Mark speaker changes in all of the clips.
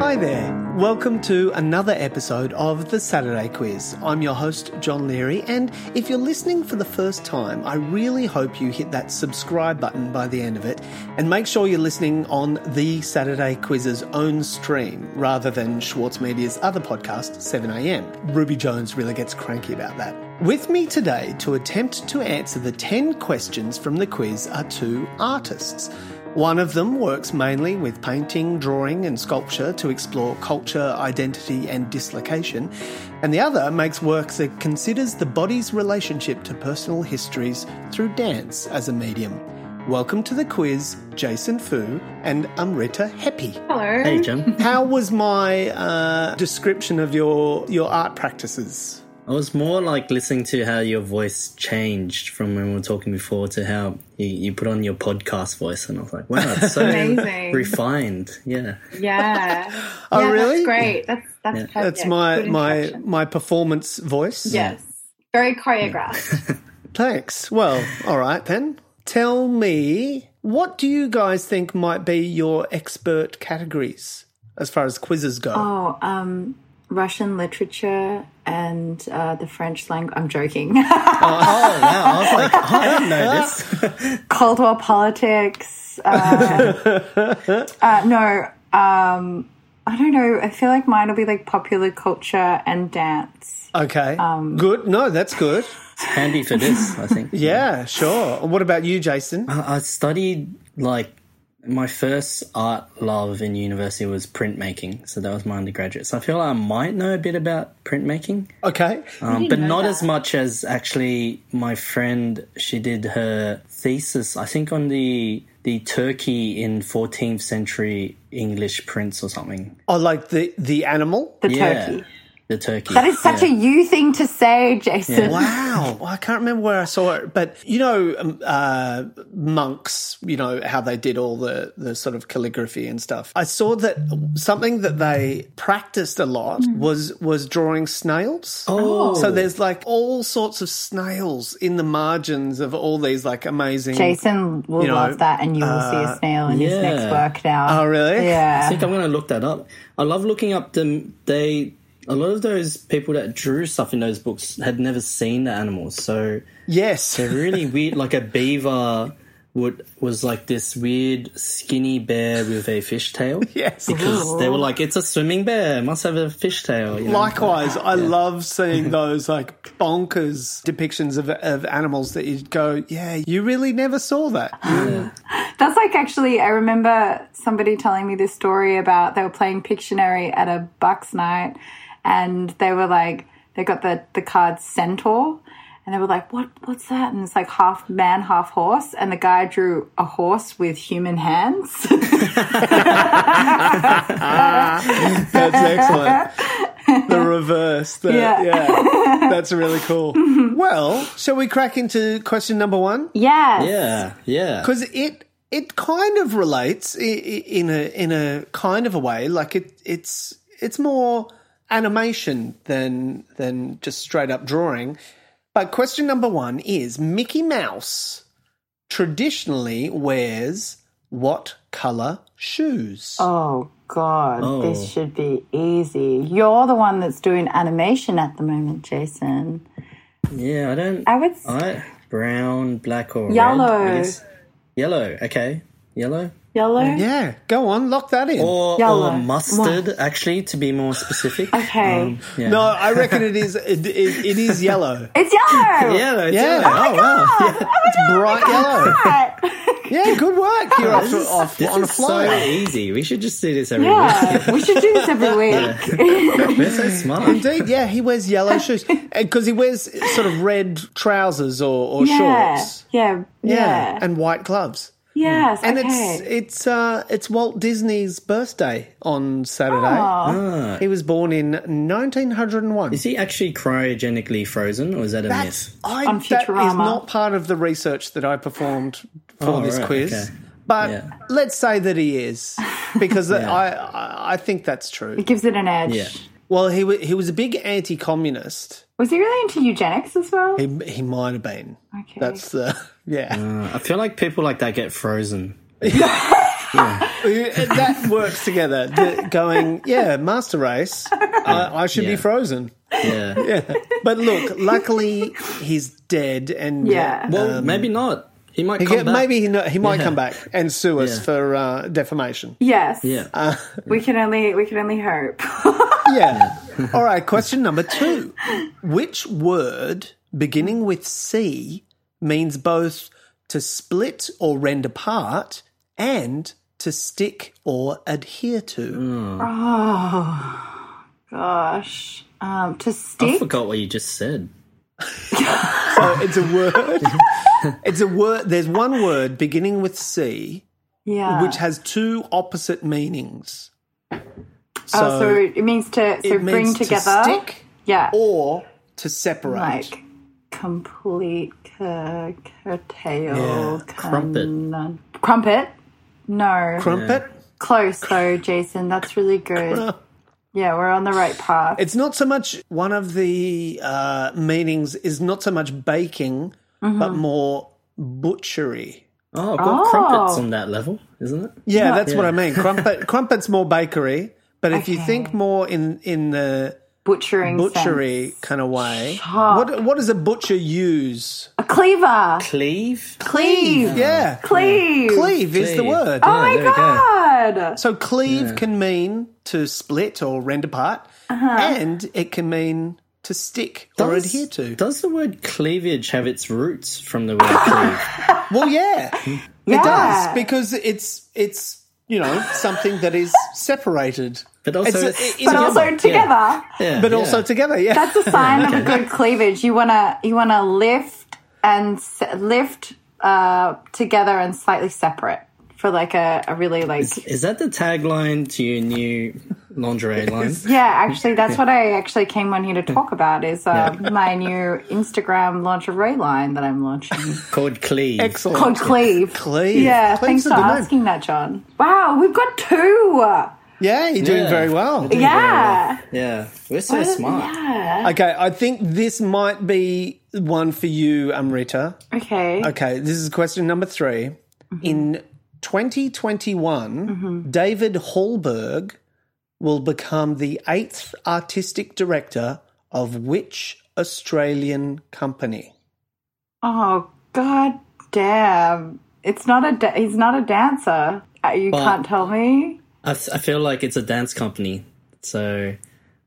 Speaker 1: Hi there. Welcome to another episode of the Saturday Quiz. I'm your host, John Leary, and if you're listening for the first time, I really hope you hit that subscribe button by the end of it and make sure you're listening on the Saturday Quiz's own stream rather than Schwartz Media's other podcast, 7am. Ruby Jones really gets cranky about that. With me today to attempt to answer the 10 questions from the quiz are two artists. One of them works mainly with painting, drawing, and sculpture to explore culture, identity, and dislocation, and the other makes work that considers the body's relationship to personal histories through dance as a medium. Welcome to the quiz, Jason Fu and Amrita Heppy.
Speaker 2: Hello.
Speaker 3: Hey, John.
Speaker 1: How was my uh, description of your your art practices?
Speaker 3: I was more like listening to how your voice changed from when we were talking before to how you, you put on your podcast voice, and I was like, wow, it's so
Speaker 2: Amazing.
Speaker 3: refined. Yeah.
Speaker 2: Yeah.
Speaker 1: Oh,
Speaker 2: yeah,
Speaker 1: really?
Speaker 2: That's great. That's that's
Speaker 3: Yeah.
Speaker 2: perfect.
Speaker 1: That's my
Speaker 2: Good
Speaker 1: my
Speaker 2: introduction.
Speaker 1: my performance voice.
Speaker 2: yes. Very choreographed.
Speaker 1: Thanks. Well, all right then. Tell me, what do you guys think might be your expert categories as far as quizzes go?
Speaker 2: oh, um, Russian literature and uh, the French language. I'm joking.
Speaker 3: Oh, wow. I was like, oh, I didn't know this.
Speaker 2: Cold War politics. Uh, uh, no, um, I don't know. I feel like mine will be like popular culture and dance.
Speaker 1: okay. good. No, that's good.
Speaker 3: Handy for this, I think.
Speaker 1: Yeah, sure. What about you, Jason?
Speaker 3: I I studied like my first art love in university was printmaking, so that was my undergraduate. So I feel I might know a bit about printmaking.
Speaker 1: Okay.
Speaker 3: Um, but not as much as actually my friend. She did her thesis, I think, on the the Turkey in 14th century English prints or something.
Speaker 1: Oh, like the the animal?
Speaker 2: The
Speaker 3: yeah,
Speaker 2: turkey.
Speaker 3: the Turkey.
Speaker 2: That is such a you thing to say, Jason.
Speaker 1: Wow. I can't remember where I saw it, but you know, um, uh, monks, you know, how they did all the, the sort of calligraphy and stuff. I saw that something that they practiced a lot was, was drawing snails.
Speaker 3: Oh.
Speaker 1: So there's like all sorts of snails in the margins of all these like amazing.
Speaker 2: Jason will
Speaker 1: You know, uh,
Speaker 2: love that, and you will see a snail in his
Speaker 3: yeah.
Speaker 2: next work now.
Speaker 1: Oh, really?
Speaker 3: I
Speaker 2: Yeah.
Speaker 3: think I'm going to look that up. I love looking up them. They a lot of those people that drew stuff in those books had never seen the animals, so
Speaker 1: Yes.
Speaker 3: they're really weird. Like a beaver would was like this weird skinny bear with a fish tail.
Speaker 1: Yes.
Speaker 3: because they were like, it's a swimming bear, it must have a fishtail. You know?
Speaker 1: Likewise, I love seeing those like bonkers depictions of, of animals that you go, yeah, you really never saw that.
Speaker 2: That's like actually, I remember somebody telling me this story about they were playing Pictionary at a Bucks night, and they were like, they got the, the card Centaur. And they were like, "What? What's that?" And it's like half man, half horse. And the guy drew a horse with human hands.
Speaker 1: That's excellent. The reverse. The, yeah.
Speaker 2: Yeah. Mm-hmm.
Speaker 1: That's really cool. Well, shall we crack into question number one?
Speaker 2: yes.
Speaker 3: Yeah, yeah.
Speaker 1: Because it it kind of relates i- i- in a in a kind of a way. Like it it's it's more animation than than just straight up drawing. But question number one is Mickey Mouse traditionally wears what color shoes?
Speaker 2: Oh God, this should be easy. You're the one that's doing animation at the moment, Jason. Oh,
Speaker 3: Yeah, I don't.
Speaker 2: I would.
Speaker 3: I, brown, black, or
Speaker 2: Yellow.
Speaker 3: Red, I guess. Yellow, okay. Yellow.
Speaker 2: Yellow.
Speaker 1: Yeah, go on, lock that in.
Speaker 3: Or,
Speaker 2: Yellow.
Speaker 3: or mustard, actually, to be more specific.
Speaker 2: Okay.
Speaker 3: yeah.
Speaker 1: No, I reckon it is. It, it, it is yellow.
Speaker 2: It's yellow.
Speaker 3: Yellow, it's
Speaker 1: Yeah. Ah,
Speaker 3: yellow. Oh, wow.
Speaker 1: It's bright yellow. Yeah, good work. You're off,
Speaker 3: Oh, This is-
Speaker 1: off
Speaker 3: this
Speaker 1: on a
Speaker 3: is so
Speaker 1: fly.
Speaker 3: easy. We should just do this every
Speaker 2: Yeah, we should do this every week.
Speaker 3: week. We're so smart.
Speaker 1: Indeed, yeah, he wears yellow shoes because he wears sort of red trousers or, or
Speaker 2: yeah.
Speaker 1: shorts.
Speaker 2: yeah, yeah,
Speaker 1: and white gloves.
Speaker 2: yes,
Speaker 1: And
Speaker 2: okay.
Speaker 1: it's it's uh, it's Walt Disney's birthday on Saturday.
Speaker 2: Oh,
Speaker 3: Ah,
Speaker 1: He was born in 1901.
Speaker 3: is he actually cryogenically frozen, or is that a
Speaker 1: That's
Speaker 3: myth?
Speaker 1: I,
Speaker 2: On
Speaker 1: that is
Speaker 2: Futurama.
Speaker 1: not part of the research that I performed for
Speaker 3: Oh,
Speaker 1: this
Speaker 3: right,
Speaker 1: quiz.
Speaker 3: okay.
Speaker 1: But
Speaker 3: Yeah.
Speaker 1: let's say that he is, because I, I I think that's true.
Speaker 2: it gives it an edge.
Speaker 3: Yeah.
Speaker 1: Well, he wa- he was a big anti-communist.
Speaker 2: Was he really into eugenics as well?
Speaker 1: He he might have been.
Speaker 2: okay,
Speaker 3: Mm.
Speaker 1: That's the yeah.
Speaker 3: Uh, I feel like people like that get frozen.
Speaker 1: Uh, that works together. The- going, yeah, master race. I, I should be
Speaker 3: Yeah.
Speaker 1: frozen.
Speaker 3: Yeah.
Speaker 1: Yeah, but look, luckily he's dead, and
Speaker 2: Yeah.
Speaker 3: Well, maybe not. He might
Speaker 1: He
Speaker 3: come
Speaker 1: get-
Speaker 3: back.
Speaker 1: maybe he, kno- he might
Speaker 3: Yeah.
Speaker 1: come back and sue us
Speaker 3: Yeah.
Speaker 1: for uh, defamation.
Speaker 2: Yes. Uh,
Speaker 3: Yeah.
Speaker 2: We can only we can only hope.
Speaker 1: Yeah. All right. Question number two: Which word beginning with C means both to split or rend apart and to stick or adhere to?
Speaker 2: Gosh. Um, to
Speaker 3: I
Speaker 2: stick.
Speaker 3: forgot what you just said.
Speaker 1: So it's a word. it's a word. There's one word beginning with C
Speaker 2: Yeah.
Speaker 1: which has two opposite meanings. So,
Speaker 2: oh, so it means to so
Speaker 1: it
Speaker 2: bring
Speaker 1: means
Speaker 2: together.
Speaker 1: to stick
Speaker 2: yeah.
Speaker 1: or to separate.
Speaker 2: like complete cur- curtail.
Speaker 1: Yeah,
Speaker 3: crumpet.
Speaker 2: con- Crumpet. No.
Speaker 1: Crumpet.
Speaker 2: Close though, Jason. That's really good. Yeah, we're on the right path.
Speaker 1: It's not so much one of the uh, meanings is not so much baking, but more butchery.
Speaker 3: Oh, I've got
Speaker 2: Oh.
Speaker 3: crumpets on that level, isn't it?
Speaker 1: Yeah, that's what I mean. Crumpet, crumpet's more bakery, but if you
Speaker 2: Okay.
Speaker 1: think more in in the
Speaker 2: Butchering.
Speaker 1: butchery
Speaker 2: sense.
Speaker 1: kind of way, what what does a butcher use?
Speaker 2: A cleaver.
Speaker 3: Cleave.
Speaker 2: Cleave.
Speaker 1: Yeah,
Speaker 2: Cleave.
Speaker 1: cleave is the
Speaker 3: Cleave.
Speaker 1: word.
Speaker 2: Oh my
Speaker 3: there we go.
Speaker 2: god.
Speaker 1: So cleave can mean to split or rend apart, and it can mean to stick or adhere to.
Speaker 3: Does the word cleavage have its roots from the word cleave?
Speaker 1: Well, yeah, it
Speaker 2: Yeah.
Speaker 1: does because it's it's you know something that is separated,
Speaker 3: But also,
Speaker 1: It's- it's-
Speaker 2: But
Speaker 1: Yeah.
Speaker 2: also together.
Speaker 3: yeah,
Speaker 1: but
Speaker 3: yeah.
Speaker 1: also together. Yeah,
Speaker 2: That's a sign of a good cleavage. You wanna you wanna lift and se- lift uh, together and slightly separate for like a, a really like
Speaker 3: Is that the tagline to your new lingerie line?
Speaker 2: yeah. Actually, that's what I actually came on here to talk about is uh, my new Instagram lingerie line that I'm launching
Speaker 3: Called Cleave.
Speaker 1: excellent.
Speaker 2: called Cleave.
Speaker 1: Cleave.
Speaker 2: Yeah,
Speaker 1: Cleave's
Speaker 2: thanks
Speaker 1: a
Speaker 2: for
Speaker 1: good name.
Speaker 2: asking that, John. Wow, we've got two.
Speaker 1: Yeah, you're doing
Speaker 3: Yeah.
Speaker 1: very well.
Speaker 2: Yeah.
Speaker 3: Yeah, we're so smart.
Speaker 2: Yeah.
Speaker 1: Okay, I think this might be one for you, Amrita.
Speaker 2: Okay.
Speaker 1: Okay, this is question number 3
Speaker 2: Mm-hmm.
Speaker 1: In 2021, David Hallberg will become the eighth artistic director of which Australian company?
Speaker 2: Oh god damn! It's not a da- he's not a dancer. Uh, You can't tell me.
Speaker 3: I, th- I feel like it's a dance company, so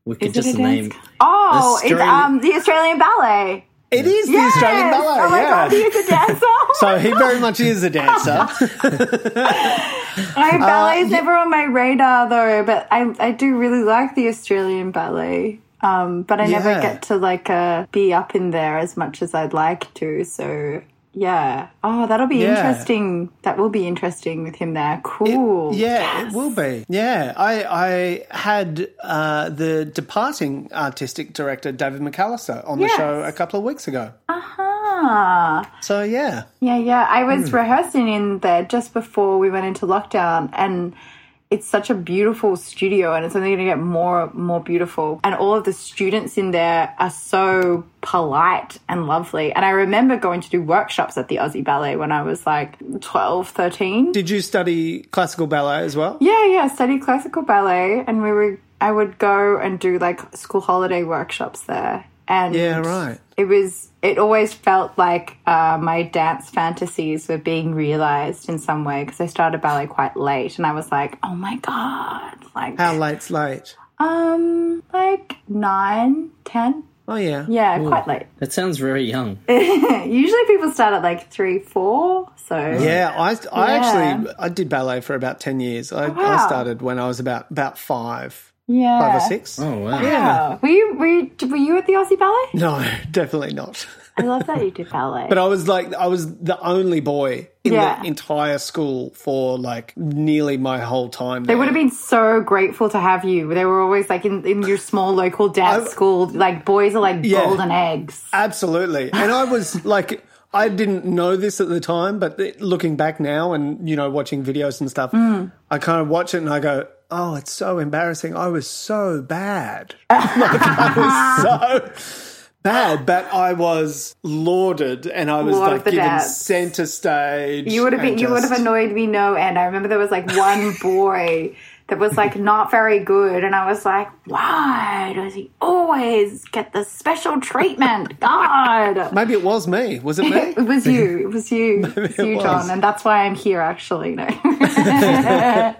Speaker 3: we could
Speaker 2: Is it
Speaker 3: just
Speaker 2: a dance
Speaker 3: name.
Speaker 2: co- Oh, it's
Speaker 3: Australian-
Speaker 2: um the Australian Ballet.
Speaker 1: It is the
Speaker 2: Yes!
Speaker 1: Australian Ballet.
Speaker 2: Oh my
Speaker 1: yeah.
Speaker 2: god, he's a dancer.
Speaker 1: So he very much is a dancer.
Speaker 2: my
Speaker 1: Uh,
Speaker 2: ballet's never on my radar though, but I I do really like the Australian Ballet. Um, but I never
Speaker 1: Yeah.
Speaker 2: get to like uh, be up in there as much as I'd like to. So yeah. Oh, that'll be
Speaker 1: Yeah.
Speaker 2: interesting. That will be interesting with him there. Cool.
Speaker 1: yeah, it will be. Yeah, I I had uh, the departing artistic director David McAllister on the
Speaker 2: Yes.
Speaker 1: show a couple of weeks ago.
Speaker 2: Ah.
Speaker 1: So yeah,
Speaker 2: Yeah, yeah. I was rehearsing in there just before we went into lockdown and it's such a beautiful studio and it's only going to get more more beautiful and all of the students in there are so polite and lovely and i remember going to do workshops at the aussie ballet when i was like 12 13
Speaker 1: did you study classical ballet as well?
Speaker 2: yeah yeah studied classical ballet and we were i would go and do like school holiday workshops there and
Speaker 1: Yeah, right.
Speaker 2: it was it always felt like uh, my dance fantasies were being realized in some way because I started ballet quite late and I was like, oh my god, like
Speaker 1: How late's late?
Speaker 2: um like nine, ten,
Speaker 1: Oh yeah.
Speaker 2: yeah, quite late.
Speaker 3: That sounds very young.
Speaker 2: Usually people start at like three, four, so
Speaker 1: Yeah, I, I
Speaker 2: Yeah.
Speaker 1: actually I did ballet for about ten years. I, I
Speaker 2: wow.
Speaker 1: started when I was about about five,
Speaker 2: yeah.
Speaker 1: five or six.
Speaker 3: Oh wow!
Speaker 2: Wow. Were you were you, were you at the Aussie Ballet?
Speaker 1: No, definitely not.
Speaker 2: I love that you did ballet.
Speaker 1: But I was like, I was the only boy in
Speaker 2: Yeah.
Speaker 1: the entire school for like nearly my whole time.
Speaker 2: They would have been so grateful to have you. They were always like in, in your small local dance school. Like boys are like
Speaker 1: Yeah.
Speaker 2: golden eggs.
Speaker 1: Absolutely. And I was like, I didn't know this at the time, but it- looking back now and, you know, watching videos and stuff,
Speaker 2: Hmm.
Speaker 1: I kind of watch it and I go, oh, it's so embarrassing. I was so bad. like, I was so bad, but I was lauded and I was
Speaker 2: Lord of
Speaker 1: like
Speaker 2: the
Speaker 1: given
Speaker 2: dads.
Speaker 1: center stage.
Speaker 2: You would have been,
Speaker 1: and
Speaker 2: you would have
Speaker 1: just-
Speaker 2: annoyed me no end. I remember there was like one boy that was like not very good, and I was like, why does he always get the special treatment? God.
Speaker 1: Maybe it was me. Was it me?
Speaker 2: It was you. It was you. It was
Speaker 1: it
Speaker 2: you,
Speaker 1: was.
Speaker 2: John, and that's why I'm here. Actually, no.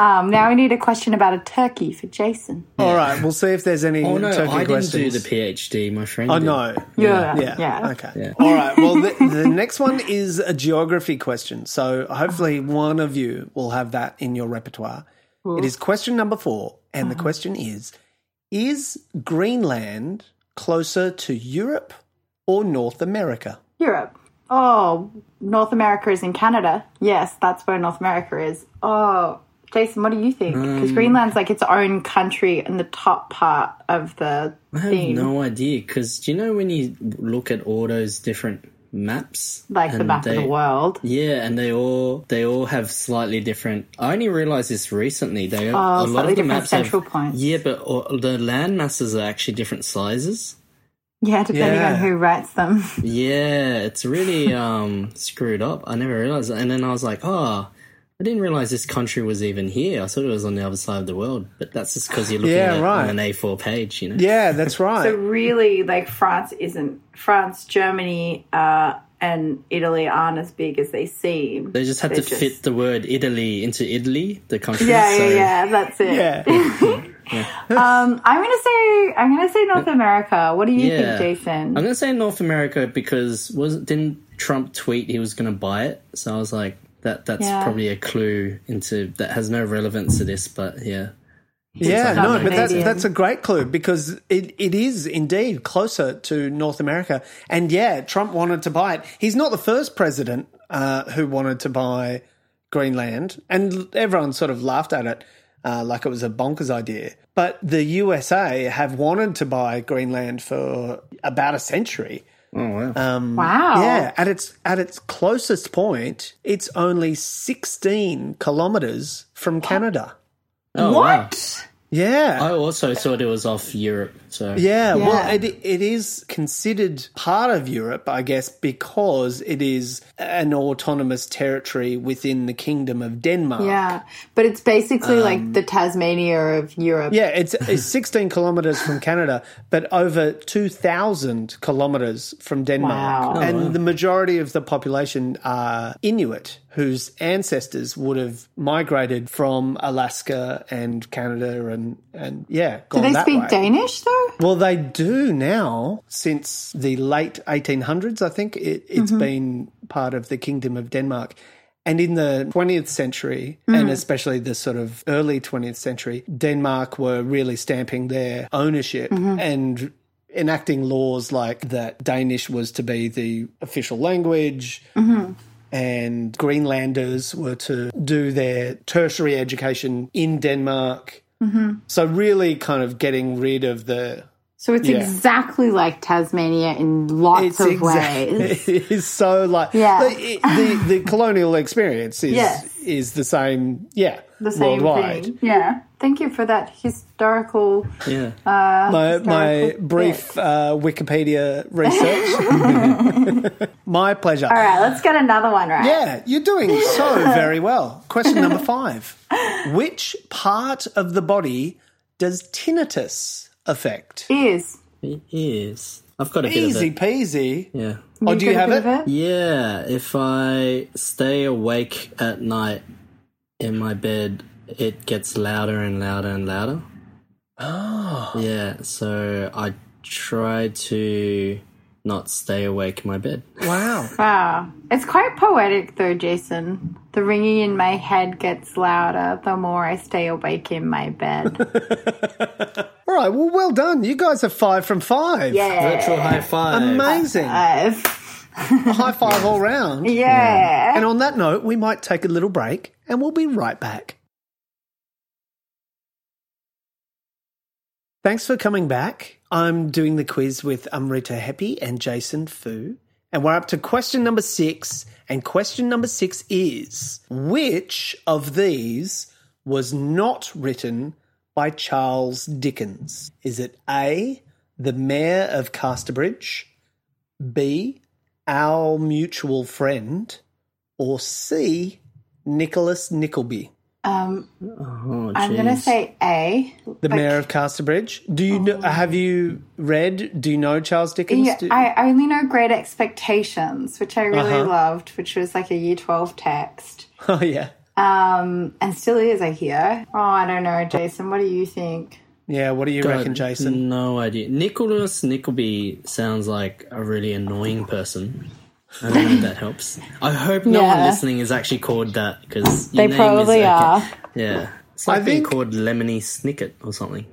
Speaker 2: um, now we need a question about a turkey for Jason.
Speaker 1: All right, we'll see if there's any
Speaker 3: Oh no,
Speaker 1: turkey
Speaker 3: I didn't
Speaker 1: questions.
Speaker 3: do the PhD. My friend.
Speaker 1: Oh
Speaker 3: did.
Speaker 1: no.
Speaker 2: Yeah,
Speaker 1: Yeah.
Speaker 2: yeah.
Speaker 1: Okay. All right. Well, the, the next one is a geography question. So hopefully one of you will have that in your repertoire. It is question number four. And
Speaker 2: Uh-huh.
Speaker 1: the question is Is Greenland closer to Europe or North America?
Speaker 2: Europe. Oh, North America is in Canada. Yes, that's where North America is. Oh, Jason, what do you think?
Speaker 3: Mm.
Speaker 2: Because Greenland's like its own country in the top part of the
Speaker 3: I have
Speaker 2: thing,
Speaker 3: no idea because you know when you look at all those different maps,
Speaker 2: like the
Speaker 3: and
Speaker 2: map of
Speaker 3: they-
Speaker 2: the world.
Speaker 3: Yeah, and they all they all have slightly different. I only realized this recently. They a lot
Speaker 2: Oh, slightly
Speaker 3: of the
Speaker 2: different
Speaker 3: maps
Speaker 2: central
Speaker 3: have,
Speaker 2: points.
Speaker 3: Yeah, but all, the land masses are actually different sizes.
Speaker 2: Yeah, depending
Speaker 1: Yeah.
Speaker 2: on who writes them.
Speaker 3: Yeah, it's really um screwed up. I never realized, and then I was like, oh. I didn't realize this country was even here. I thought it was on the other side of the world, but that's just because you're looking
Speaker 1: Yeah,
Speaker 3: at it
Speaker 1: right.
Speaker 3: on an A4 page, you know.
Speaker 1: Yeah, that's right.
Speaker 2: So really, like France isn't France, Germany, uh, and Italy aren't as big as they seem.
Speaker 3: They just had to
Speaker 2: just-
Speaker 3: fit the word Italy into Italy, the country.
Speaker 2: Yeah,
Speaker 3: so
Speaker 2: yeah, yeah. That's it.
Speaker 1: yeah.
Speaker 2: Um, I'm gonna say I'm gonna say North America. What do you
Speaker 3: Yeah.
Speaker 2: think, Jason?
Speaker 3: I'm gonna say North America because was didn't Trump tweet he was gonna buy it? So I was like, that that's
Speaker 2: Yeah.
Speaker 3: probably a clue into that has no relevance to this, but yeah,
Speaker 1: Yeah,
Speaker 2: not
Speaker 1: no, but that's,
Speaker 2: Canadian.
Speaker 1: that's a great clue because it, it is indeed closer to North America. And yeah, Trump wanted to buy it. He's not the first president uh, who wanted to buy Greenland, and everyone sort of laughed at it uh, like it was a bonkers idea. But the USA have wanted to buy Greenland for about a century.
Speaker 2: wow.
Speaker 1: Yeah, at its at its closest point, it's only 16 kilometers from Canada.
Speaker 3: oh, wow.
Speaker 2: What?
Speaker 1: Yeah.
Speaker 3: I also thought it was off Europe, so
Speaker 1: Yeah, well,
Speaker 2: Yeah.
Speaker 1: it, it is considered part of Europe, I guess, because it is an autonomous territory within the Kingdom of Denmark.
Speaker 2: Yeah, but it's basically like the Tasmania of Europe.
Speaker 1: Um, Yeah, it's, it's 16 kilometers from Canada, but over 2,000 kilometers from Denmark.
Speaker 2: Wow.
Speaker 1: and the majority of the population are Inuit, whose ancestors would have migrated from Alaska and Canada and, and yeah, gone
Speaker 2: Do they
Speaker 1: that
Speaker 2: speak
Speaker 1: way.
Speaker 2: Danish though?
Speaker 1: Well, they do now. Since the late 1800s, I think it, it's been part of the Kingdom of Denmark. And in the 20th century, and especially the sort of early 20th century, Denmark were really stamping their ownership and enacting laws like that Danish was to be the official language. And Greenlanders were to do their tertiary education in Denmark. So really kind of getting rid of the
Speaker 2: So it's
Speaker 1: Yeah.
Speaker 2: exactly like Tasmania in lots of ways.
Speaker 1: it is so like
Speaker 2: Yeah.
Speaker 1: the, it- the the colonial experience is
Speaker 2: Yes.
Speaker 1: is the same yeah
Speaker 2: The same
Speaker 1: worldwide.
Speaker 2: thing. Yeah. Thank you for that historical.
Speaker 3: yeah.
Speaker 2: Uh,
Speaker 1: My my
Speaker 2: historical
Speaker 1: brief uh, Wikipedia research. my pleasure.
Speaker 2: All right, let's get another one right.
Speaker 1: Yeah, you're doing so very well. Question number five: Which part of the body does tinnitus affect?
Speaker 2: Ears.
Speaker 3: It is. I've got a bit
Speaker 1: Easy
Speaker 3: of it.
Speaker 1: peasy.
Speaker 3: Yeah.
Speaker 1: Oh, do you
Speaker 2: got
Speaker 1: have
Speaker 2: a bit
Speaker 1: it?
Speaker 2: of
Speaker 3: Yeah, if I stay awake at night in my bed, it gets louder and louder and louder. Oh. Yeah, so I try to not stay awake in my bed.
Speaker 1: Wow.
Speaker 2: Wow. It's quite poetic though, Jason. The ringing in my head gets louder the more I stay awake in my bed.
Speaker 1: All right. Well, well done. You guys are five from five.
Speaker 2: Yeah.
Speaker 3: Virtual high five.
Speaker 1: Amazing. High five all round.
Speaker 2: yeah.
Speaker 1: And on that note, we might take a little break and we'll be right back. Thanks for coming back. I'm doing the quiz with Amrita Happy and Jason Fu. And we're up to question number six. And question number six is Which of these was not written by Charles Dickens? Is it A, the mayor of Casterbridge, B, our mutual friend, or C, Nicholas Nickleby,
Speaker 2: Um,
Speaker 3: Oh,
Speaker 2: I'm going to
Speaker 3: jeez.
Speaker 2: say A.
Speaker 1: the mayor of Casterbridge. Do you know, have you read? Do you know Charles Dickens?
Speaker 2: Oh. Yeah,
Speaker 1: Do-
Speaker 2: I only know Great Expectations, which I really
Speaker 1: Uh-huh.
Speaker 2: loved, which was like a year 12 text
Speaker 1: oh yeah,
Speaker 2: um, and still is, I hear. Oh, I don't know, Jason. What do you think?
Speaker 1: yeah. What do you
Speaker 3: God,
Speaker 1: reckon, Jason?
Speaker 3: No idea. Nicholas Nickleby sounds like a really annoying person. I don't know if that helps. I hope no one
Speaker 2: Yeah.
Speaker 3: listening is actually called that because
Speaker 2: They probably are.
Speaker 3: Yeah, it's like being
Speaker 1: think-
Speaker 3: called Lemony Snicket or something.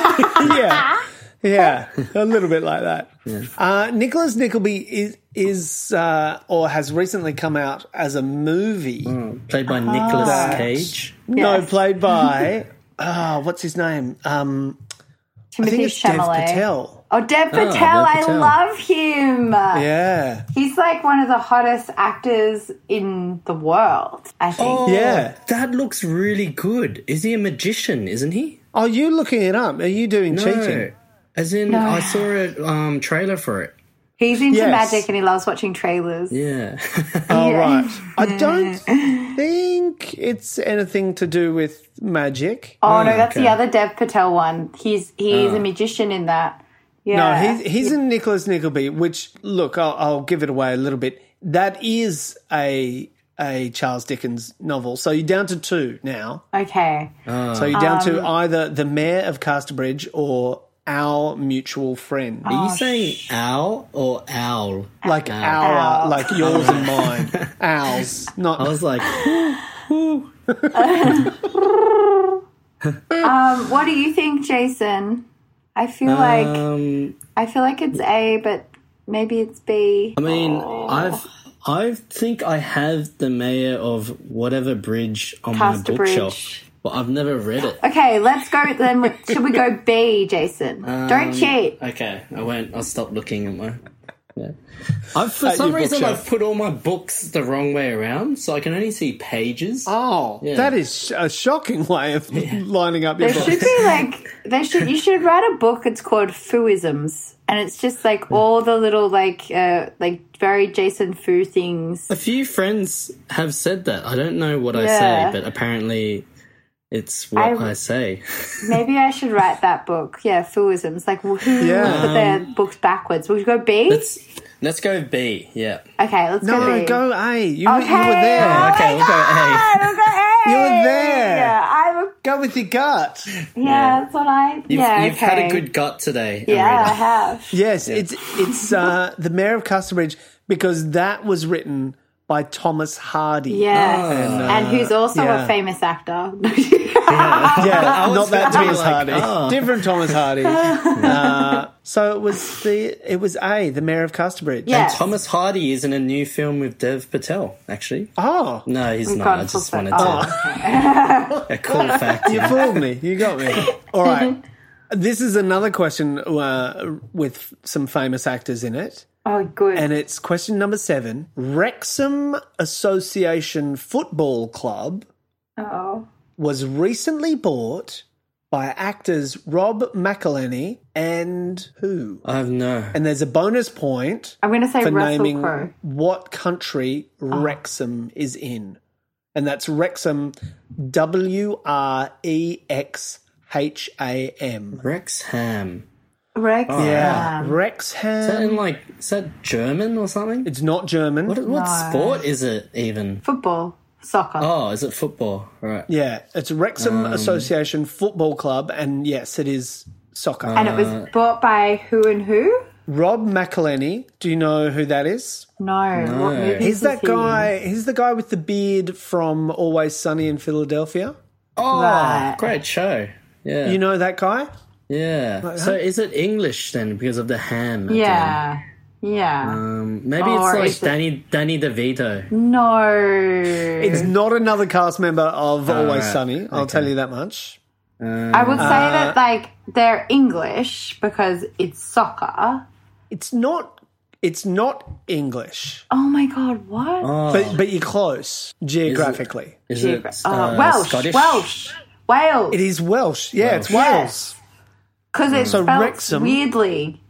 Speaker 1: yeah, yeah, a little bit like that. Uh, Nicholas Nickleby is is uh, or has recently come out as a movie.
Speaker 3: Played by
Speaker 2: Ah.
Speaker 3: Nicholas
Speaker 1: That-
Speaker 3: Cage.
Speaker 1: No,
Speaker 2: Yes.
Speaker 1: played by ah, what's his name? Um, I think
Speaker 2: Timothy
Speaker 1: it's Dev
Speaker 2: Chalamet.
Speaker 1: Patel. Ah,
Speaker 2: Oh, Dev Patel.
Speaker 3: Dev
Speaker 2: I
Speaker 3: Patel.
Speaker 2: love him.
Speaker 1: Yeah,
Speaker 2: He's like one of the hottest actors in the world, I think.
Speaker 1: Oh, yeah.
Speaker 3: that looks really good. Is he a magician? Isn't he?
Speaker 1: Are you looking it up? Are you doing cheating?
Speaker 3: As in, I saw a um, trailer for it.
Speaker 2: He's into
Speaker 1: Yes.
Speaker 2: magic and he loves watching trailers.
Speaker 3: Yeah.
Speaker 1: All right. I don't think it's anything to do with magic.
Speaker 2: Oh, no, that's
Speaker 3: okay.
Speaker 2: the other Dev Patel one. He's he is a magician in that.
Speaker 1: Ah. No,
Speaker 2: Yeah.
Speaker 1: he's, he's in Nicholas Nickleby, which look, I'll, I'll give it away a little bit. That is a a Charles Dickens novel. So you're down to two now.
Speaker 2: okay.
Speaker 1: so you're down to
Speaker 2: Um,
Speaker 1: either the Mayor of Casterbridge or our mutual friend,
Speaker 3: Are
Speaker 2: Oh,
Speaker 3: you saying owl or owl?
Speaker 1: like our, like yours and mine, ours, not
Speaker 3: I was like,
Speaker 2: Um, what do you think, Jason? I feel like
Speaker 3: um,
Speaker 2: I feel like it's A, but maybe it's B.
Speaker 3: I mean, I've I think I have the mayor of whatever bridge on
Speaker 2: Castor
Speaker 3: my bookshelf,
Speaker 2: Bridge.
Speaker 3: but I've never read it.
Speaker 2: Okay, let's go then. with- Should we go B, Jason?
Speaker 1: Um,
Speaker 2: Don't cheat.
Speaker 3: Okay, I won't. I'll stop looking at my. Yeah. I've, for some
Speaker 1: your
Speaker 3: reason,
Speaker 1: bookshelf.
Speaker 3: I've put all my books the wrong way around, so I can only see pages.
Speaker 2: Uh,
Speaker 1: Oh, that is sh- a shocking way of lining up your
Speaker 2: There should
Speaker 1: book.
Speaker 2: be like there should you should write a book. It's called Fooisms, and it's just like all the little like uh like very Jason Foo things.
Speaker 3: A few friends have said that. I don't know what I
Speaker 2: Yeah.
Speaker 3: say, but apparently, it's what
Speaker 2: I-
Speaker 3: I say.
Speaker 2: Maybe I should write that book. Yeah, Fooisms. Like who
Speaker 1: Yeah.
Speaker 2: put their books backwards? Would you go B?
Speaker 3: Um, Let's let's go B. Yeah.
Speaker 2: okay, let's go
Speaker 1: No,
Speaker 2: B.
Speaker 1: go A. You, were- you were
Speaker 2: Okay. Oh
Speaker 1: there.
Speaker 3: Okay, we'll go
Speaker 2: I'll go A.
Speaker 1: You were there.
Speaker 2: Yeah, I'm a,
Speaker 1: Go with your gut.
Speaker 2: yeah, that's what I.
Speaker 3: You've,
Speaker 2: yeah,
Speaker 3: you've
Speaker 2: okay.
Speaker 3: had a good gut today.
Speaker 2: Yeah, I
Speaker 3: Amrita.
Speaker 2: have.
Speaker 1: Yes, it's it's uh, the Mayor of Casterbridge because that was written by Thomas Hardy.
Speaker 2: Yeah,
Speaker 1: And,
Speaker 2: and,
Speaker 1: uh,
Speaker 2: who's also
Speaker 1: yeah.
Speaker 2: a famous actor.
Speaker 1: yeah, not
Speaker 3: was
Speaker 1: that
Speaker 3: gonna be
Speaker 1: Thomas
Speaker 3: like,
Speaker 1: Hardy,
Speaker 3: oh.
Speaker 1: different Thomas Hardy. uh, so it was the it was A, the Mayor of Casterbridge.
Speaker 2: Yeah.
Speaker 3: Thomas Hardy is in a new film with Dev Patel, actually.
Speaker 1: Oh,
Speaker 3: No, he's not.
Speaker 2: gone
Speaker 3: I
Speaker 2: full
Speaker 3: just
Speaker 2: circle. Oh,
Speaker 3: wanted to. a cool fact.
Speaker 1: you
Speaker 3: yeah.
Speaker 1: fooled me. You got me. All right. This is another question uh, with some famous actors in it.
Speaker 2: Oh, good.
Speaker 1: And it's question number seven Wrexham Association Football Club
Speaker 2: oh,
Speaker 1: was recently bought by actors Rob McElhenney and who?
Speaker 3: I have Oh, no.
Speaker 1: And there's a bonus point
Speaker 2: I'm going to say
Speaker 1: for
Speaker 2: Russell
Speaker 1: naming
Speaker 2: Crowe.
Speaker 1: what country Wrexham is in. And that's Wrexham, W R E X H A M.
Speaker 3: Rexham.
Speaker 2: Rex.
Speaker 1: Oh, Yeah,
Speaker 2: Um,
Speaker 3: Is that
Speaker 1: Wrexham.
Speaker 3: in like, is that German or something?
Speaker 1: It's not German.
Speaker 3: What, what sport is it even?
Speaker 2: football, soccer.
Speaker 3: Oh, is it football? Right.
Speaker 1: Yeah, it's Wrexham
Speaker 2: Um,
Speaker 1: Association Football Club, and yes, it is soccer.
Speaker 2: and it
Speaker 1: uh,
Speaker 2: was bought by who and who?
Speaker 1: Rob McElhenney, do you know who that is?
Speaker 2: No. What movies
Speaker 1: He's
Speaker 2: is
Speaker 1: that
Speaker 2: he in?
Speaker 1: guy. He's the guy with the beard from Always Sunny in Philadelphia.
Speaker 3: Oh,
Speaker 2: Right.
Speaker 3: great show. Yeah.
Speaker 1: You know that guy?
Speaker 3: yeah. so is it English then because of the ham? at the end?
Speaker 2: Yeah.
Speaker 1: Uh,
Speaker 2: Yeah.
Speaker 3: Um, maybe
Speaker 2: Or
Speaker 3: it's like
Speaker 2: is it-
Speaker 3: Danny Danny DeVito.
Speaker 2: no.
Speaker 1: It's not another cast member of
Speaker 2: Ah,
Speaker 1: Always
Speaker 3: right.
Speaker 1: Sunny. I'll tell you that much.
Speaker 2: I would say that
Speaker 1: uh,
Speaker 2: like they're English because it's soccer.
Speaker 1: It's not. It's not English,
Speaker 2: Oh my god, what? Oh.
Speaker 1: but but you're close geographically.
Speaker 3: Is
Speaker 2: Geogra-
Speaker 3: it
Speaker 2: oh,
Speaker 3: uh,
Speaker 2: Welsh,
Speaker 3: Scottish?
Speaker 2: Welsh, Wales.
Speaker 1: It is Welsh. Yeah, it's
Speaker 3: Welsh.
Speaker 1: Wales.
Speaker 2: Yes. because it's
Speaker 1: So
Speaker 2: spelled
Speaker 1: Wrexham-
Speaker 2: weirdly.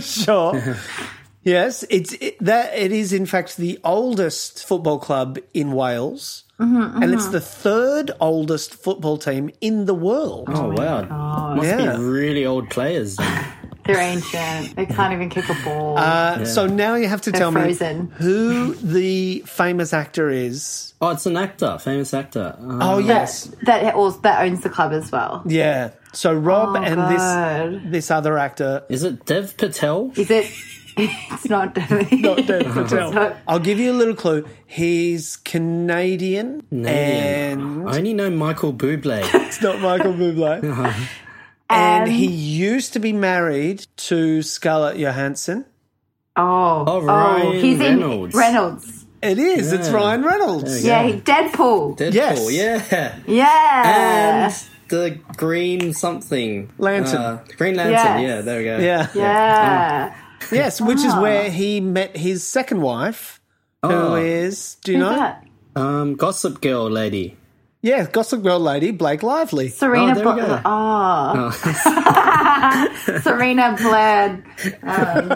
Speaker 1: sure. yes, it's it, that it is in fact the oldest football club in Wales, and it's the third oldest football team in the world.
Speaker 3: Oh, wow. Must
Speaker 1: Yeah.
Speaker 3: be really old players. then.
Speaker 2: They're ancient. They can't even kick a ball.
Speaker 1: Uh, So now you have to
Speaker 2: They're
Speaker 1: tell
Speaker 2: frozen.
Speaker 1: me who the famous actor is.
Speaker 3: oh, it's an actor, famous actor. Um,
Speaker 1: Oh
Speaker 2: that,
Speaker 1: yes,
Speaker 2: that also that owns the club as well.
Speaker 1: yeah. So Rob
Speaker 2: Oh,
Speaker 1: and
Speaker 2: God.
Speaker 1: this this other actor.
Speaker 3: Is it Dev Patel?
Speaker 2: Is it? It's not definitely
Speaker 1: Not Dev Patel.
Speaker 2: not-
Speaker 1: I'll give you a little clue. He's Canadian, and
Speaker 3: I only know Michael Bublé.
Speaker 1: it's not Michael Bublé. And he used to be married to Scarlett Johansson.
Speaker 2: Oh,
Speaker 3: Oh, Ryan Reynolds.
Speaker 2: in Reynolds.
Speaker 1: It is. It's
Speaker 3: Yeah.
Speaker 1: Ryan Reynolds.
Speaker 2: Yeah, he, Deadpool.
Speaker 3: Deadpool,
Speaker 1: Yes.
Speaker 3: yeah.
Speaker 2: yeah.
Speaker 3: And the green something.
Speaker 1: Lantern.
Speaker 3: Uh, green Lantern,
Speaker 2: Yes.
Speaker 3: yeah, there we go.
Speaker 1: Yeah.
Speaker 2: yeah.
Speaker 1: Yes, which
Speaker 2: Ah.
Speaker 1: is where he met his second wife,
Speaker 3: Oh.
Speaker 1: who is, do you
Speaker 2: Who's
Speaker 1: know?
Speaker 2: that?
Speaker 3: Um, Gossip Girl lady.
Speaker 1: Yeah, Gossip Girl lady, Blake Lively.
Speaker 2: Serena.
Speaker 3: Oh, there we go.
Speaker 2: Bla- oh. Serena Blair.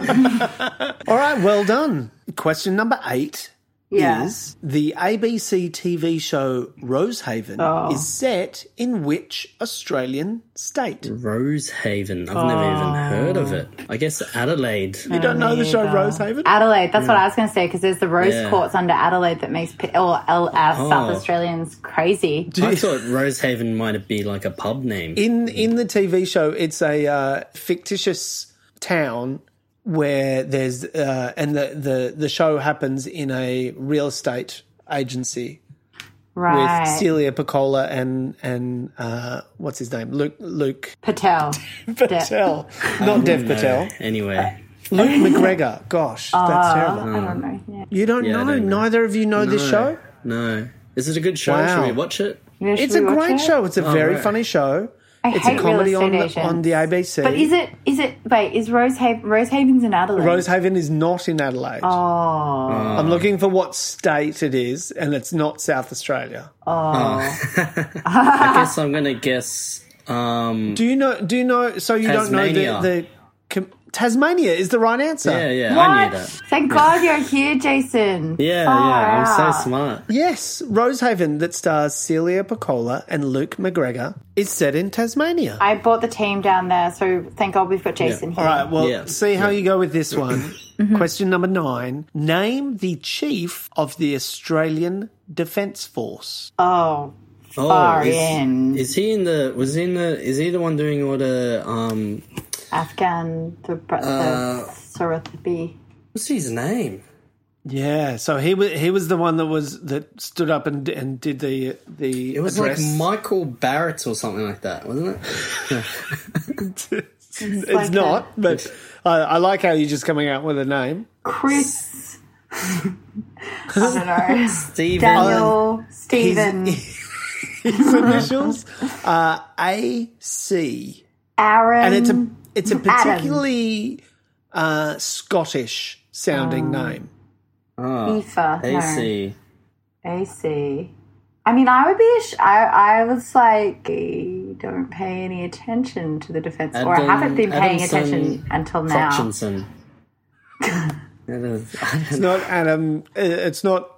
Speaker 1: All right, well done. Question number eight
Speaker 2: Yeah.
Speaker 1: is the ABC TV show Rosehaven
Speaker 2: Oh.
Speaker 1: is set in which Australian state? You
Speaker 3: Rosehaven. I've never
Speaker 1: Oh.
Speaker 3: even heard of it. I guess Adelaide.
Speaker 1: don't know the show Rosehaven?
Speaker 2: Adelaide. That's what I was going to say because there's the rose
Speaker 3: Yeah.
Speaker 2: quartz under Adelaide that makes pe- all all our South
Speaker 3: Oh.
Speaker 2: Australians crazy.
Speaker 3: I thought Rosehaven might be like a pub name.
Speaker 1: in
Speaker 2: Mm-hmm.
Speaker 1: in the TV show, it's a uh, fictitious town where there's uh, and the, the the show happens in a real estate agency with
Speaker 2: Right.
Speaker 1: Celia Piccola and and uh, what's his name Luke Luke
Speaker 2: Patel.
Speaker 1: Patel, not
Speaker 2: Mm-hmm.
Speaker 1: Dev Patel, Uh,
Speaker 3: Anyway,
Speaker 1: Luke McGregor. Gosh,
Speaker 2: Ah.
Speaker 1: that's terrible.
Speaker 2: I don't know. Yeah.
Speaker 1: You don't
Speaker 3: Yeah, I
Speaker 1: know.
Speaker 3: don't know.
Speaker 1: Neither of you know this
Speaker 3: No.
Speaker 1: show.
Speaker 3: no. Is it a good show?
Speaker 1: Wow.
Speaker 3: Should we watch it?
Speaker 2: Yeah, should
Speaker 1: It's
Speaker 2: we
Speaker 1: a
Speaker 2: watch
Speaker 1: great
Speaker 2: it?
Speaker 1: show. It's a very
Speaker 3: Oh, right.
Speaker 1: funny show.
Speaker 2: I
Speaker 1: it's
Speaker 2: hate
Speaker 1: a comedy
Speaker 2: real
Speaker 1: on
Speaker 2: estate
Speaker 1: the,
Speaker 2: agents.
Speaker 1: on the ABC.
Speaker 2: But is it? Is it? Wait, is Rosehaven? Rosehaven's in Adelaide.
Speaker 1: Rosehaven is not in Adelaide.
Speaker 2: Oh,
Speaker 3: Ah.
Speaker 1: I'm looking for what state it is, and it's not South Australia. Uh-huh.
Speaker 3: I guess I'm gonna guess. Um,
Speaker 1: Do you know? Do you know? So you
Speaker 3: Tasmania.
Speaker 1: don't know the the com- Tasmania is the right answer.
Speaker 3: yeah, yeah, I
Speaker 2: what?
Speaker 3: knew that.
Speaker 2: Thank God you're here, Jason.
Speaker 3: Yeah,
Speaker 2: Far
Speaker 3: yeah, I'm so
Speaker 2: out.
Speaker 3: smart.
Speaker 1: Yes, Rosehaven, that stars Celia Piccola and Luke McGregor, is set in Tasmania.
Speaker 2: I bought the team down there, so thank God we've got Jason
Speaker 1: All
Speaker 2: here.
Speaker 1: right, well,
Speaker 3: Yeah,
Speaker 1: see how you go with this one. Mm-hmm. Question number nine Name the chief of the Australian Defence Force.
Speaker 2: Oh,
Speaker 3: Oh,
Speaker 2: Far
Speaker 3: is,
Speaker 2: in.
Speaker 3: is he in the? Was he in the? Is he the one doing all the? Um,
Speaker 2: Afghan, the, the
Speaker 3: Uh,
Speaker 2: Sarathabi.
Speaker 3: what's his name?
Speaker 1: Yeah, so he was he was the one that was that stood up and and did the the
Speaker 3: It was
Speaker 1: address.
Speaker 3: like Michael Barrett or something like that, wasn't it?
Speaker 1: it's
Speaker 2: like
Speaker 1: not, but I, I like how you're just coming out with a name.
Speaker 2: Chris. I don't know.
Speaker 3: Steven.
Speaker 2: Daniel, Stephen,
Speaker 1: His
Speaker 3: Uh-huh.
Speaker 1: initials are AC,
Speaker 2: Aaron.
Speaker 1: and it's a
Speaker 3: Um,
Speaker 1: it's a particularly uh, Scottish sounding name.
Speaker 3: Oh,
Speaker 2: FIFA. no.
Speaker 3: AC.
Speaker 2: AC. I mean, I would be. Ash- I I was like, I don't pay any attention to the defense, or I
Speaker 3: Adam-
Speaker 2: haven't been paying
Speaker 3: Adamson
Speaker 2: attention until now.
Speaker 3: Hutchinson. I don't- I don't-
Speaker 1: It's not Adam. uh, It's not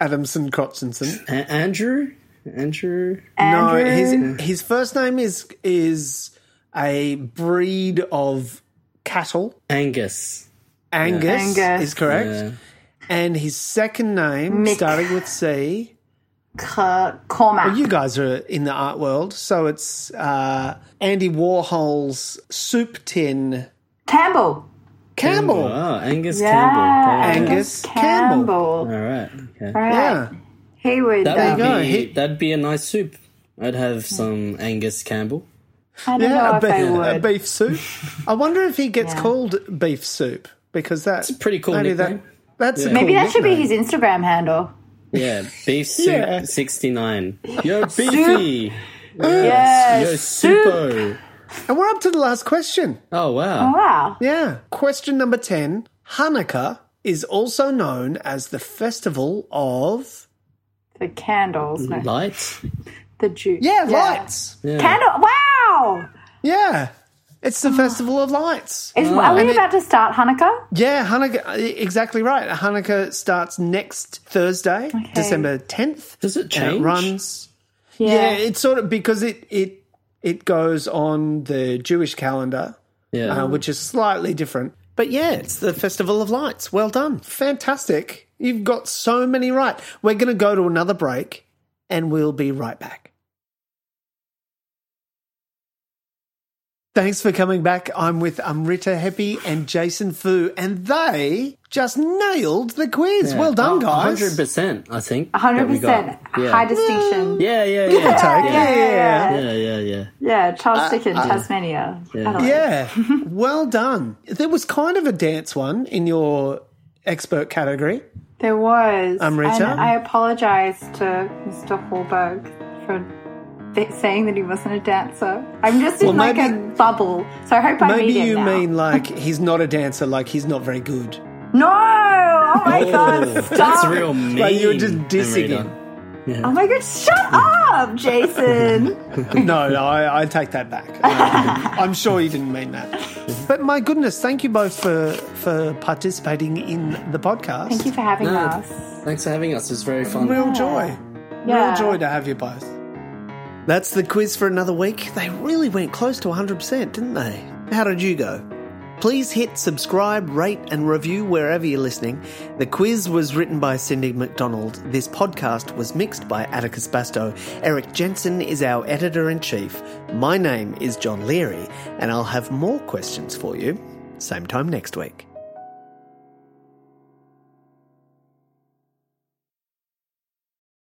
Speaker 1: Adamson Crotchinson.
Speaker 3: A- Andrew. Andrew.
Speaker 1: No,
Speaker 2: Andrew,
Speaker 1: his his first name is is a breed of cattle.
Speaker 3: Angus.
Speaker 1: Angus,
Speaker 2: Angus.
Speaker 1: is correct,
Speaker 3: Yeah.
Speaker 1: and his second name
Speaker 2: Mick.
Speaker 1: starting with C.
Speaker 2: Cor- Cormac.
Speaker 1: You guys are in the art world, so it's uh, Andy Warhol's soup tin
Speaker 2: Campbell.
Speaker 1: Campbell.
Speaker 3: Oh, Angus
Speaker 2: Yeah.
Speaker 3: Campbell. Yeah.
Speaker 1: Angus Campbell.
Speaker 3: All right. Okay.
Speaker 2: Right.
Speaker 1: Yeah,
Speaker 2: He would.
Speaker 3: That would
Speaker 2: um,
Speaker 1: go.
Speaker 3: be
Speaker 1: He-
Speaker 3: that'd be a nice soup. I'd have some Angus Campbell.
Speaker 2: I don't know
Speaker 1: yeah, a
Speaker 2: if I
Speaker 1: beef, a
Speaker 2: would.
Speaker 1: beef soup. I wonder if he gets
Speaker 2: Yeah.
Speaker 1: called beef soup because that's
Speaker 3: a pretty cool
Speaker 1: maybe
Speaker 3: nickname.
Speaker 1: that's a
Speaker 3: Yeah.
Speaker 1: cool
Speaker 2: Maybe that should be
Speaker 1: nickname.
Speaker 2: his Instagram handle.
Speaker 3: Yeah, beef soup
Speaker 1: Yeah.
Speaker 3: sixty nine. Yo, beefy.
Speaker 1: Uh,
Speaker 2: Yes.
Speaker 3: Yo, super.
Speaker 1: And we're up to the last question.
Speaker 3: Oh wow.
Speaker 2: Wow.
Speaker 1: Yeah. Question number 10. Hanukkah is also known as the festival of.
Speaker 2: The
Speaker 1: Oh.
Speaker 2: candles. No.
Speaker 3: Light.
Speaker 2: The juice.
Speaker 1: Mm-hmm. Yeah, lights.
Speaker 3: Yeah.
Speaker 2: Candle. Wow.
Speaker 1: Yeah. It's
Speaker 2: Ah.
Speaker 1: the Festival of Lights.
Speaker 2: Is, Are
Speaker 1: And
Speaker 2: we
Speaker 1: it-
Speaker 2: about to start Hanukkah?
Speaker 1: Yeah, Hanukkah, uh, e, exactly right. Hanukkah starts next Thursday, December 10th.
Speaker 3: Does it
Speaker 1: And
Speaker 3: change?
Speaker 1: it runs. Yeah. it's sort of because it, it, it goes on the Jewish calendar,
Speaker 3: Yeah.
Speaker 1: uh, which is slightly different. But yeah, it's the Festival of Lights. Well done. Fantastic. You've got so many right. We're going to go to another break and we'll be right back. Thanks for coming back. I'm with Amrita Heppy and Jason Fu, and they just nailed the quiz.
Speaker 3: Yeah.
Speaker 1: Well done,
Speaker 3: Oh,
Speaker 1: guys.
Speaker 3: 100%, I think. that we
Speaker 2: 100%.
Speaker 3: got. Yeah.
Speaker 2: High distinction.
Speaker 3: yeah, yeah,
Speaker 1: Give or
Speaker 3: yeah.
Speaker 1: take. Yeah. yeah.
Speaker 3: Yeah, yeah, yeah.
Speaker 2: Yeah, Charles Dickens, Tasmania.
Speaker 3: Yeah.
Speaker 2: Adelaide.
Speaker 1: Uh, Yeah, well done. There was kind of a dance one in your expert category.
Speaker 2: There was.
Speaker 1: Amrita?
Speaker 2: And I apologise to Mr. Hallberg for th- saying that he wasn't a dancer. I'm just in
Speaker 1: Well,
Speaker 2: like
Speaker 1: maybe-
Speaker 2: a bubble, so I hope I
Speaker 1: Maybe
Speaker 2: meet him
Speaker 1: you
Speaker 2: now.
Speaker 1: mean like he's not a dancer, like he's not very good.
Speaker 2: No! Oh my
Speaker 3: Oh,
Speaker 2: god, stop!
Speaker 3: that's real mean.
Speaker 1: Like you were just dissing
Speaker 3: Amrita.
Speaker 1: him.
Speaker 2: Oh my god, shut up, Jason!
Speaker 1: No, no, I, I take that back. Uh, I'm sure you didn't mean that. But my goodness, thank you both for for participating in the podcast.
Speaker 2: Thank you for having
Speaker 3: No.
Speaker 2: us.
Speaker 3: Thanks for having us. It was very fun.
Speaker 1: Real joy.
Speaker 2: Yeah.
Speaker 1: Real joy to have you both. That's the quiz for another week. They really went close to 100%, didn't they? How did you go? Please hit subscribe, rate, and review wherever you're listening. The quiz was written by Cindy McDonald. This podcast was mixed by Atticus Basto. Eric Jensen is our editor in chief. My name is John Leary, and I'll have more questions for you same time next week.